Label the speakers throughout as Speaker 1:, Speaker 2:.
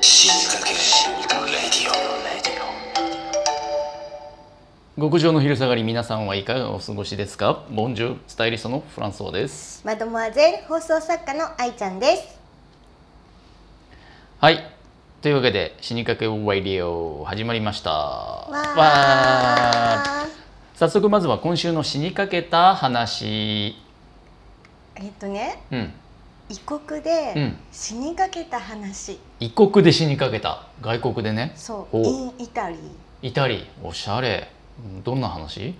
Speaker 1: 死にかけレディオ
Speaker 2: 極上の昼下がり皆さんはいかがお過ごしですかボンジュスタイリストのフランソワです
Speaker 3: マドモアゼル放送作家の愛ちゃんです。
Speaker 2: はいというわけで死にかけワイリオ始まりましたわー
Speaker 3: わー
Speaker 2: 早速まずは今週の死にかけた話
Speaker 3: えっとね、
Speaker 2: うん
Speaker 3: 異国
Speaker 2: う
Speaker 3: で
Speaker 2: ん
Speaker 3: 死にかけた話。
Speaker 2: 異国で死にかけた外国でね
Speaker 3: そう、
Speaker 2: お
Speaker 3: in イタリー。
Speaker 2: イタリーおしゃれうんどんな話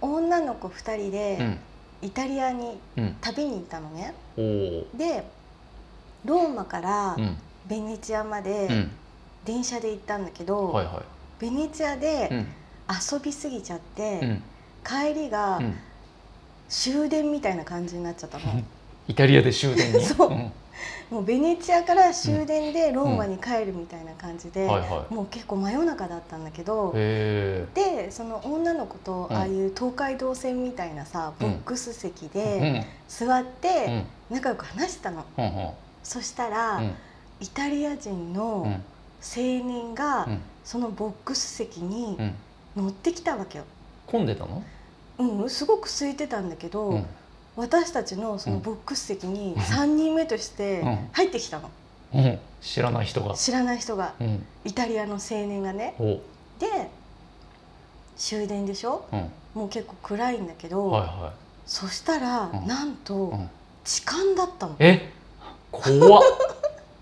Speaker 3: 女の子二人
Speaker 2: う
Speaker 3: で
Speaker 2: ん
Speaker 3: イタリアに
Speaker 2: うん
Speaker 3: 旅に行ったのね。
Speaker 2: おお
Speaker 3: で、ローマから
Speaker 2: うん
Speaker 3: ベネチアま
Speaker 2: う
Speaker 3: で
Speaker 2: ん
Speaker 3: 電車で行ったんだけど、
Speaker 2: はいは
Speaker 3: ベネチア
Speaker 2: いうん
Speaker 3: で遊びすぎちゃって、
Speaker 2: うん
Speaker 3: 帰りが
Speaker 2: うん
Speaker 3: 終電みたいな感じになっちゃったの。
Speaker 2: イタリアで終電に
Speaker 3: そうんもうベネチアから終電でローマに帰るみたいな感じで、
Speaker 2: はいは
Speaker 3: もう結構真夜中だったんだけど
Speaker 2: いへ
Speaker 3: でその女の子と
Speaker 2: うん
Speaker 3: ああいう東海道線みたいなさ、
Speaker 2: うん
Speaker 3: ボックス席
Speaker 2: え
Speaker 3: で座っ
Speaker 2: うんう
Speaker 3: て
Speaker 2: ん
Speaker 3: 仲良く話してたの、
Speaker 2: うんうん
Speaker 3: そしたら、
Speaker 2: うん
Speaker 3: イタリア人の
Speaker 2: うん
Speaker 3: 青年が
Speaker 2: うん
Speaker 3: そのボックス席に
Speaker 2: うん
Speaker 3: 乗ってきたわけよ。
Speaker 2: 混んでたの
Speaker 3: うん、すごく空いてたんだけど、
Speaker 2: うん
Speaker 3: 私たちのそのボックス席に3人目として
Speaker 2: うん
Speaker 3: 入ってきたの、
Speaker 2: うん知らない人が
Speaker 3: 知らない人が
Speaker 2: うん
Speaker 3: イタリアの青年がね。
Speaker 2: お
Speaker 3: で終電でしょ
Speaker 2: うん
Speaker 3: もう結構暗いんだけど、
Speaker 2: はいは
Speaker 3: そしたら、
Speaker 2: うん
Speaker 3: なんと、
Speaker 2: うん
Speaker 3: 痴漢だったの
Speaker 2: いえ怖っ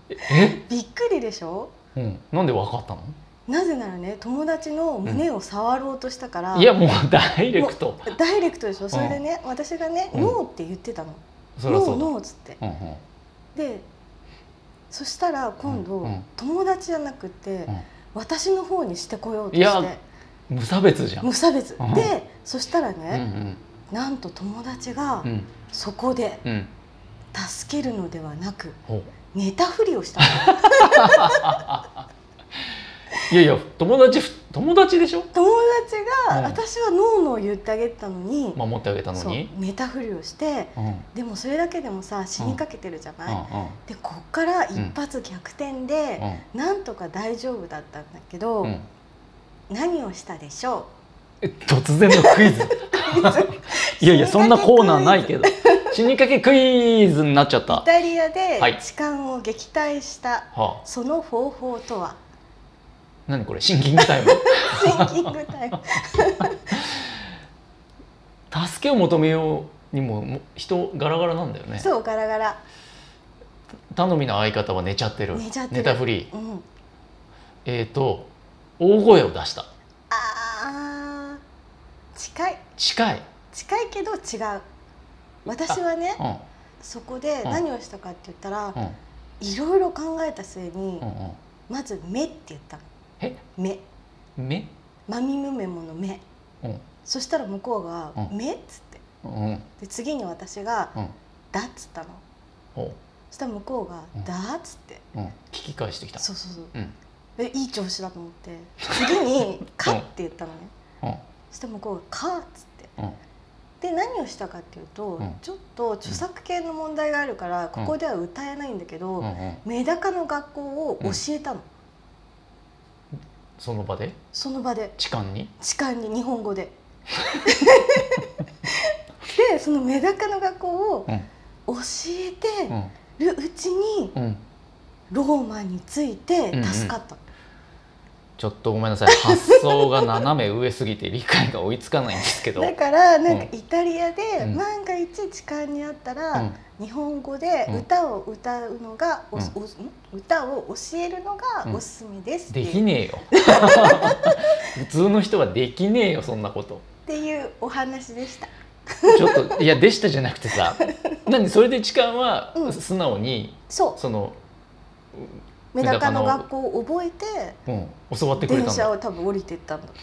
Speaker 2: え
Speaker 3: びっくりでしょ
Speaker 2: うんなんでわかったの
Speaker 3: なぜならね友達の胸を触ろうとしたから、
Speaker 2: いやもうダイレクト
Speaker 3: ダイレクトでしょそれでね、私がね「
Speaker 2: うん
Speaker 3: ノー」って言ってたの「
Speaker 2: そりゃ
Speaker 3: ノ
Speaker 2: そ
Speaker 3: ー
Speaker 2: うだ
Speaker 3: ノー」っつって
Speaker 2: うんうん
Speaker 3: でそしたら今度、
Speaker 2: うんうん
Speaker 3: 友達じゃなくて、
Speaker 2: うん
Speaker 3: 私の方にしてこようと
Speaker 2: い
Speaker 3: し
Speaker 2: や
Speaker 3: て
Speaker 2: 無差別じゃんう
Speaker 3: 無差別、
Speaker 2: うん
Speaker 3: でそしたら
Speaker 2: んう
Speaker 3: ね、
Speaker 2: ん
Speaker 3: なんと友達が、
Speaker 2: うん
Speaker 3: そこで
Speaker 2: うん
Speaker 3: 助けるのではなく
Speaker 2: お
Speaker 3: 寝たふりをしたの
Speaker 2: いやいや友達ふ友達でしょ
Speaker 3: 友達が、
Speaker 2: うん
Speaker 3: 私はノーノー言ってあげてたのに、
Speaker 2: 守ってあげたの
Speaker 3: そう
Speaker 2: に
Speaker 3: 寝たふりをして
Speaker 2: うんうん
Speaker 3: でもそれだけでもさ死にかけてるじゃない、
Speaker 2: う
Speaker 3: でこっから一発逆転で、
Speaker 2: ん
Speaker 3: なんとか大丈夫だったんだけど、
Speaker 2: うんうん
Speaker 3: 何をしたでしょ
Speaker 2: え突然の クイズいやいやそんなコーナーないけど死にかけクイズになっちゃっ
Speaker 3: う
Speaker 2: た
Speaker 3: イタリアで
Speaker 2: はい
Speaker 3: 痴漢を撃退した
Speaker 2: はあ、
Speaker 3: その方法 とは
Speaker 2: 何これシンキングタイム
Speaker 3: シンキングタイム
Speaker 2: 助けを求めようにももう人ガラガラなんだよね
Speaker 3: そうガラガラ、
Speaker 2: 頼みの相方は寝ちゃってる
Speaker 3: 寝ちゃってる
Speaker 2: たふり
Speaker 3: うん、
Speaker 2: えっ、と大声を出した
Speaker 3: あー近い
Speaker 2: 近い、
Speaker 3: 近いけど違う私はね
Speaker 2: うん
Speaker 3: そこで
Speaker 2: うん
Speaker 3: 何をしたかって言ったら、
Speaker 2: うん
Speaker 3: いろいろ考えた末に、
Speaker 2: うん
Speaker 3: まず「目」って言ったの
Speaker 2: え
Speaker 3: 目
Speaker 2: うん、目、
Speaker 3: マミムメモの目
Speaker 2: うん
Speaker 3: そしたら向こうが
Speaker 2: う
Speaker 3: 「
Speaker 2: ん
Speaker 3: 目」っつって
Speaker 2: うん
Speaker 3: で次に私が
Speaker 2: うん
Speaker 3: 「だ」っつったの
Speaker 2: お
Speaker 3: そしたら向こうが
Speaker 2: うん
Speaker 3: 「だ」っつって
Speaker 2: うん、聞き返してきた
Speaker 3: そうそうそう
Speaker 2: うん
Speaker 3: えいい調子だと思って次 に「か」って言ったのね
Speaker 2: うん
Speaker 3: そしたら向こうが「か」っつって
Speaker 2: うん
Speaker 3: で何をしたかっていうと
Speaker 2: うん
Speaker 3: ちょっと著作権の問題があるからここでは歌えないんだけ
Speaker 2: う
Speaker 3: ど
Speaker 2: んうん
Speaker 3: メダカの学校を教えたの
Speaker 2: その場で
Speaker 3: その場で
Speaker 2: 痴漢に
Speaker 3: 痴漢に日本語ででそのメダカの学校を
Speaker 2: うん
Speaker 3: 教え
Speaker 2: う
Speaker 3: て
Speaker 2: ん
Speaker 3: るうちに
Speaker 2: うん
Speaker 3: ローマについて助かった、
Speaker 2: ちょっとごめんなさい発想が斜め上すぎて理解が追いつかないんですけど、う
Speaker 3: だからなんか
Speaker 2: う
Speaker 3: イタリアで
Speaker 2: うん
Speaker 3: 万が一痴漢にあったら
Speaker 2: ん、
Speaker 3: 日本語で歌を歌うのがおすおすん歌を教えるのがおすすめですって
Speaker 2: で
Speaker 3: い
Speaker 2: き
Speaker 3: う,、っ
Speaker 2: ねえ よ普通の人はできねえよそんなこと
Speaker 3: ていうお話でした
Speaker 2: ちょっといやでしたじゃなくて さ何それで痴漢は
Speaker 3: うん
Speaker 2: 素直に
Speaker 3: そ
Speaker 2: その、
Speaker 3: うメダカの学校を覚えて
Speaker 2: うん、教わってくれ
Speaker 3: 電
Speaker 2: たん
Speaker 3: 車
Speaker 2: だ
Speaker 3: を多分降りてったんだと思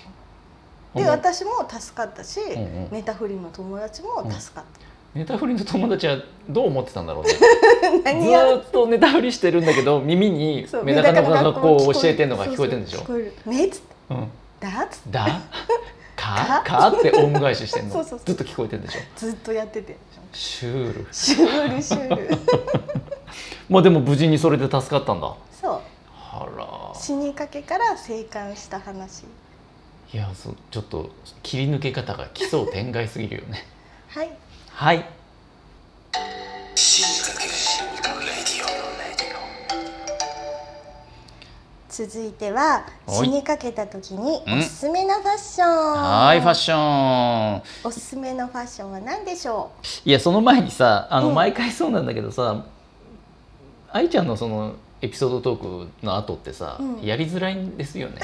Speaker 2: う
Speaker 3: うで
Speaker 2: ん
Speaker 3: 私も助かったし、
Speaker 2: うんうん
Speaker 3: 寝たふりの友達も助かった、
Speaker 2: ネタフリの友達はどう思ってたんだろうねず
Speaker 3: 何や
Speaker 2: ーっとネタフリしてるんだけど耳に
Speaker 3: そう
Speaker 2: メダカの学校を
Speaker 3: メダカの学校
Speaker 2: 教えてんのが聞こえてるんでし
Speaker 3: そう
Speaker 2: ょ
Speaker 3: そう聞こえる目つって
Speaker 2: うん
Speaker 3: だっつって
Speaker 2: だか
Speaker 3: か
Speaker 2: かって恩返ししてんの
Speaker 3: そうそうそう
Speaker 2: ずっと聞こえてるんでしょ
Speaker 3: ずっとやってて
Speaker 2: シュール
Speaker 3: シュールシュール
Speaker 2: まあでも無事にそれで助かったんだ
Speaker 3: そう
Speaker 2: あら
Speaker 3: 死にかけから生還した話
Speaker 2: いやそちょっと切り抜け方が奇想天外すぎるよね
Speaker 3: はい
Speaker 2: はい
Speaker 1: 死にかけ死にかけレディオレディオ
Speaker 3: 続いては
Speaker 2: はい
Speaker 3: 死にかけた時に
Speaker 2: うん
Speaker 3: おすすめのファッション
Speaker 2: はいファッション
Speaker 3: おすすめのファッションは何でしょ
Speaker 2: いやその前にさあの
Speaker 3: うん
Speaker 2: 毎回そうなんだけどさ、愛ちゃんのそのエピソードトークの後ってさ、
Speaker 3: うん
Speaker 2: やりづらいんですよ ね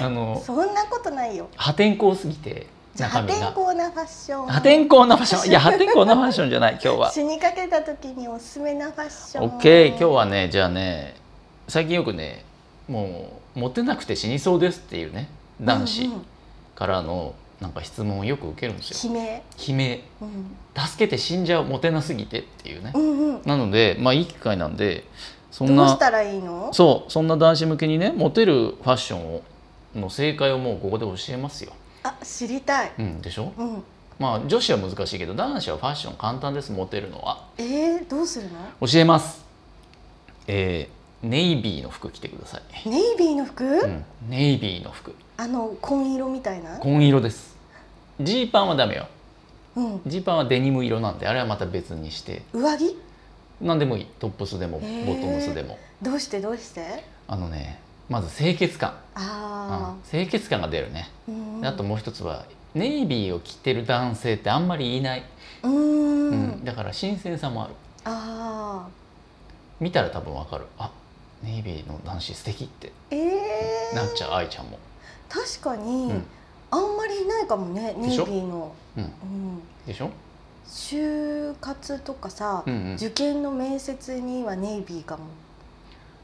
Speaker 2: あ
Speaker 3: う
Speaker 2: の
Speaker 3: そんなことないよ
Speaker 2: 破天荒すぎて
Speaker 3: じゃあ
Speaker 2: 中
Speaker 3: 破
Speaker 2: 身
Speaker 3: 天
Speaker 2: が
Speaker 3: 荒なファッション
Speaker 2: 破天荒なファッションいや破天荒なファッションじゃない 今日は
Speaker 3: 死にかけた時におすすめのファッション
Speaker 2: オッケー今日はねじゃあね最近よくねもうモテなくて死にそうですっていうね男
Speaker 3: う
Speaker 2: 子
Speaker 3: んうん
Speaker 2: からのなんか質問をよく受けるんですよ
Speaker 3: 悲鳴
Speaker 2: 悲鳴
Speaker 3: うん
Speaker 2: 助けて死んじゃうモテなすぎてっていうね
Speaker 3: うんうん
Speaker 2: なのでまあいい機会なんでそん
Speaker 3: どうし
Speaker 2: な
Speaker 3: たらいいの
Speaker 2: そうそんな男子向けにねモテるファッションをの正解をもうここで教えますよ、
Speaker 3: あ知りたい
Speaker 2: うん、でしょ
Speaker 3: うん
Speaker 2: まあ女子は難しいけど男子はファッション簡単ですモテるのは
Speaker 3: えー、どうするの
Speaker 2: 教えますえーネイビーの服着てください
Speaker 3: ネイビーの服、
Speaker 2: うんネイビーの服
Speaker 3: あの紺色みたいな
Speaker 2: 紺色ですジーパンはダメよ
Speaker 3: うん
Speaker 2: ジーパンはデニム色なんであれはまた別にして
Speaker 3: 上着
Speaker 2: 何でもいいトップスでもボ
Speaker 3: へー
Speaker 2: トムスでも、
Speaker 3: どうしてどうして
Speaker 2: あのねまず清潔感、
Speaker 3: あ
Speaker 2: うん清潔感が出るね、
Speaker 3: あ、うんうん
Speaker 2: あともう一つはネイビーを着てる男性ってあんまりいない、
Speaker 3: うーん
Speaker 2: うんだから新鮮さもある
Speaker 3: ああ
Speaker 2: 見たら多分わかるあネイビーの男子素敵って
Speaker 3: えー、
Speaker 2: なっちゃう愛ちゃんも、
Speaker 3: 確かに、
Speaker 2: うん
Speaker 3: あんまりいないかもね
Speaker 2: で
Speaker 3: ネイビ
Speaker 2: しょ
Speaker 3: ーの、
Speaker 2: うん、
Speaker 3: うん、
Speaker 2: でしょ、
Speaker 3: 就活とかさ、
Speaker 2: うんうん、
Speaker 3: 受験の面接にはネイビーかも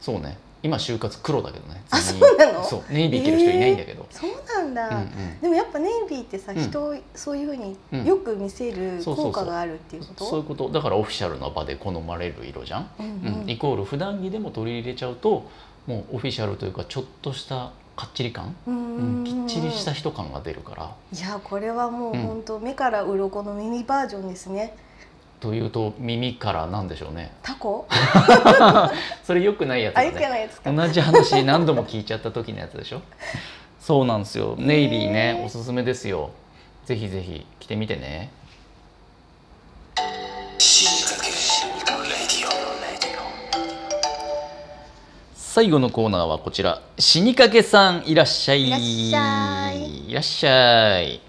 Speaker 2: そうね今就活黒だけどね
Speaker 3: あ
Speaker 2: 全員
Speaker 3: そうなの
Speaker 2: そうネイビー着てる人いないんだけど、
Speaker 3: そうなんだ、
Speaker 2: うん
Speaker 3: でもやっぱネイビーってさ、
Speaker 2: うん
Speaker 3: 人をそういうふうに
Speaker 2: うん
Speaker 3: よく見せる
Speaker 2: そうそうそう
Speaker 3: 効果があるってい
Speaker 2: うん
Speaker 3: うこ
Speaker 2: そうい
Speaker 3: と
Speaker 2: うことだからオフィシャルな場で好まれる色じゃん、
Speaker 3: うんう
Speaker 2: うん
Speaker 3: ん
Speaker 2: イコール普段着でも取り入れちゃうともうオフィシャルというかちょっとしたかっちり感、
Speaker 3: うん
Speaker 2: う
Speaker 3: うんん
Speaker 2: きっちりした人感が出るから
Speaker 3: いやこれはもう
Speaker 2: うん
Speaker 3: 本当、目から鱗の耳バージョンですね
Speaker 2: というと耳からなんでしょうね
Speaker 3: タコ
Speaker 2: それ良くないやつ
Speaker 3: あ
Speaker 2: だ
Speaker 3: いく
Speaker 2: ね
Speaker 3: ないですか
Speaker 2: 同じ話何度も聞いちゃった時のやつでしょ そうなんですよネイビーね
Speaker 3: へー
Speaker 2: おすすめですよぜひぜひ着てみてね
Speaker 1: 死にかけ死にかけレディオレディオ
Speaker 2: 最後のコーナーはこちら死にかけさんいらっしゃい
Speaker 3: いらっしゃい
Speaker 2: いらっしゃい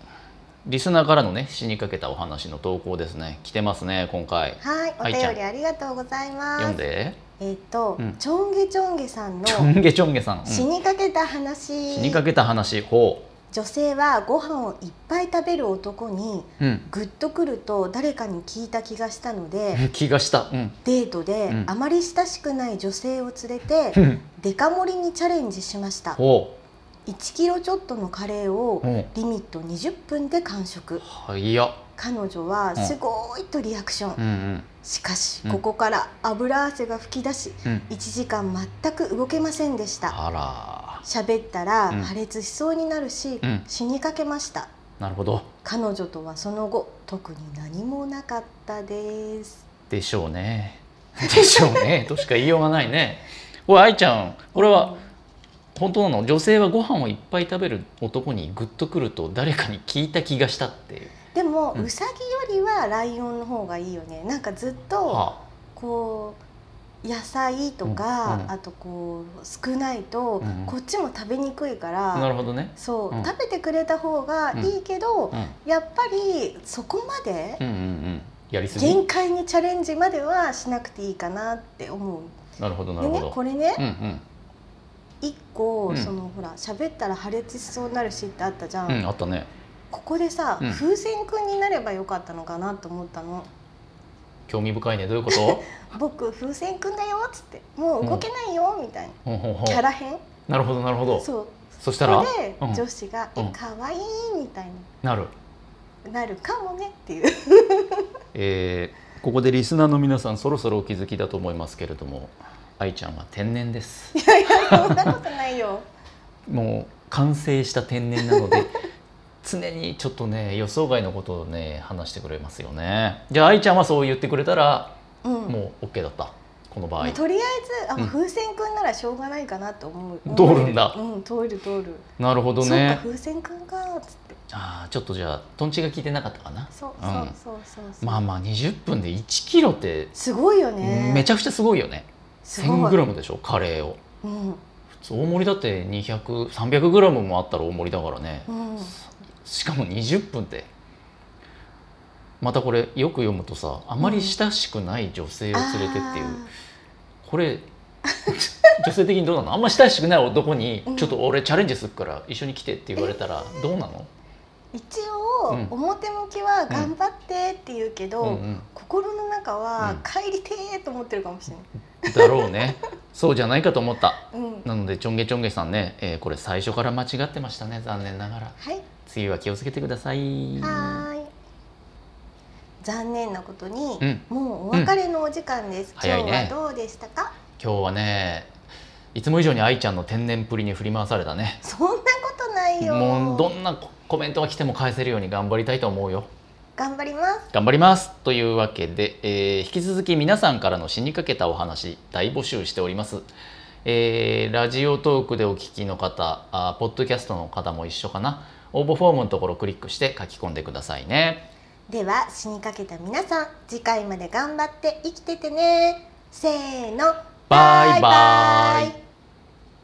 Speaker 2: リスナーからのね死にかけたお話の投稿ですね来てますね今回
Speaker 3: はいお
Speaker 2: 愛ちゃん
Speaker 3: 便りありがとうございます
Speaker 2: 読んで
Speaker 3: えっ、と、
Speaker 2: うん
Speaker 3: ちょんげちょんげさんの
Speaker 2: ちょんげちょんげさん、うん
Speaker 3: 死にかけた話
Speaker 2: 死にかけた話ほ
Speaker 3: 女性はご飯をいっぱい食べる男に
Speaker 2: う、うん、
Speaker 3: グッとくると誰かに聞いた気がしたので
Speaker 2: 気がしたうん
Speaker 3: デートで
Speaker 2: うん
Speaker 3: あまり親しくない女性を連れて
Speaker 2: うん
Speaker 3: デカ盛りにチャレンジしました
Speaker 2: ほ
Speaker 3: 1キロちょっとのカレーを
Speaker 2: ううん
Speaker 3: リミット20分で完食
Speaker 2: はいや
Speaker 3: 彼女はすごいとリアクション、
Speaker 2: うんうん
Speaker 3: しかし
Speaker 2: うん
Speaker 3: ここから油汗が噴き出し
Speaker 2: うん
Speaker 3: 1時間全く動けませんでした
Speaker 2: あ
Speaker 3: 喋ったら
Speaker 2: うん
Speaker 3: 破裂しそうになるし、
Speaker 2: うん
Speaker 3: 死にかけました
Speaker 2: らなるほど
Speaker 3: 彼女とはその後特に何もなかったです
Speaker 2: でしょうね でしょうねとしか言いようがないねおい愛ちゃんこれは本当なの女性はご飯をいっぱい食べる男にグッとくると誰かに聞いた気がしたっていう、
Speaker 3: でも、
Speaker 2: う
Speaker 3: うんさぎよりはライオンの方がいいよねなんかずっと
Speaker 2: は
Speaker 3: こう野菜とか、
Speaker 2: うんうん
Speaker 3: あとこう少ないと、
Speaker 2: うんうん
Speaker 3: こっちも食べにくいから、
Speaker 2: あ、なるほどね、
Speaker 3: そう、
Speaker 2: うん
Speaker 3: 食べてくれた方がいいけど、
Speaker 2: うん、
Speaker 3: やっぱりそこまで
Speaker 2: うんうんうんやりすぎ
Speaker 3: 限界にチャレンジまではしなくていいかなって思
Speaker 2: なるほど
Speaker 3: う。
Speaker 2: な
Speaker 3: で
Speaker 2: るほ
Speaker 3: ね
Speaker 2: ど、
Speaker 3: これね
Speaker 2: うんうん
Speaker 3: 一個、
Speaker 2: うん
Speaker 3: そのほら喋ったら破裂しそうになるしってあったじゃん、
Speaker 2: うんあったね
Speaker 3: ここでさ、
Speaker 2: うん
Speaker 3: 風船くんになればよかったのかなと思ったの
Speaker 2: 興味深いねどういう こと
Speaker 3: 僕風船くんだよっつってもう動けないよみたいな、
Speaker 2: ほんほんほん
Speaker 3: キャラ編
Speaker 2: なるほどなるほどそ
Speaker 3: そう
Speaker 2: した
Speaker 3: そ
Speaker 2: ら
Speaker 3: れで、
Speaker 2: うん
Speaker 3: 女子が「
Speaker 2: う
Speaker 3: え
Speaker 2: ん
Speaker 3: かわいい」みたい
Speaker 2: なる
Speaker 3: になるかもねっていう
Speaker 2: えーここでリスナーの皆さんそろそろお気づきだと思いますけれども愛ちゃんは天然です
Speaker 3: そんなことないよ
Speaker 2: もう完成した天然なの で常にちょっとね予想外のことをね話してくれますよねじゃあ愛ちゃんはそう言ってくれたら
Speaker 3: うん
Speaker 2: もう OK だったこの場合
Speaker 3: まあとりあえずあ、
Speaker 2: うん
Speaker 3: 風船くんならしょうがないかなと思う
Speaker 2: 通るんだ
Speaker 3: うん通る通る
Speaker 2: なるほど
Speaker 3: そうか
Speaker 2: ね
Speaker 3: 風船くんかつって
Speaker 2: ああちょっとじゃあとんちが効いてなかったかな
Speaker 3: そう
Speaker 2: うん
Speaker 3: そうそうそうそう
Speaker 2: まあまあ20分で1キロって
Speaker 3: すごいよね
Speaker 2: めち
Speaker 3: ゃ
Speaker 2: ゃくちゃすごいよね
Speaker 3: すごい
Speaker 2: 1 0 0 0でしょカレーを
Speaker 3: うん
Speaker 2: 普通大盛りだって200300グラムもあったら大盛りだからね
Speaker 3: うん
Speaker 2: しかも20分ってまたこれよく読むとさあまり親しくない女性を連れてっていう、これ 女性的にどうなのあんま親しくない男に
Speaker 3: うん
Speaker 2: 「ちょっと俺チャレンジするから一緒に来て」って言われたらどうなの、
Speaker 3: あー一応、
Speaker 2: うん
Speaker 3: 表向きは頑張ってって言うけど、
Speaker 2: うんうん
Speaker 3: 心の中
Speaker 2: う
Speaker 3: は
Speaker 2: ん
Speaker 3: 帰りてーと思ってるかもしれ
Speaker 2: だろうねそうじゃないかと思った
Speaker 3: ない、うん、
Speaker 2: なのでちょんげちょんげさんね、えーこれ最初から間違ってましたね残念ながら
Speaker 3: はい
Speaker 2: 次は気をつけてください
Speaker 3: はーい残念なことに、
Speaker 2: うん
Speaker 3: もうお別れのお時間です、
Speaker 2: うん早い
Speaker 3: 今
Speaker 2: ね
Speaker 3: 日はどうでしたか
Speaker 2: 今日はねいつも以上に愛ちゃんの天然プリに振り回されたね
Speaker 3: そんなことないよ
Speaker 2: もうどんなココメントが来ても返せるように頑張りたいと思うよ
Speaker 3: 頑張ります
Speaker 2: 頑張りますというわけで、えー引き続き皆さんからの死にかけたお話大募集しております、えーラジオトークでお聞きの方あーポッドキャストの方も一緒かな応募フォームのところをクリックして書き込んでくださいね
Speaker 3: では死にかけた皆さん次回まで頑張って生きててねせーの
Speaker 2: バイバイ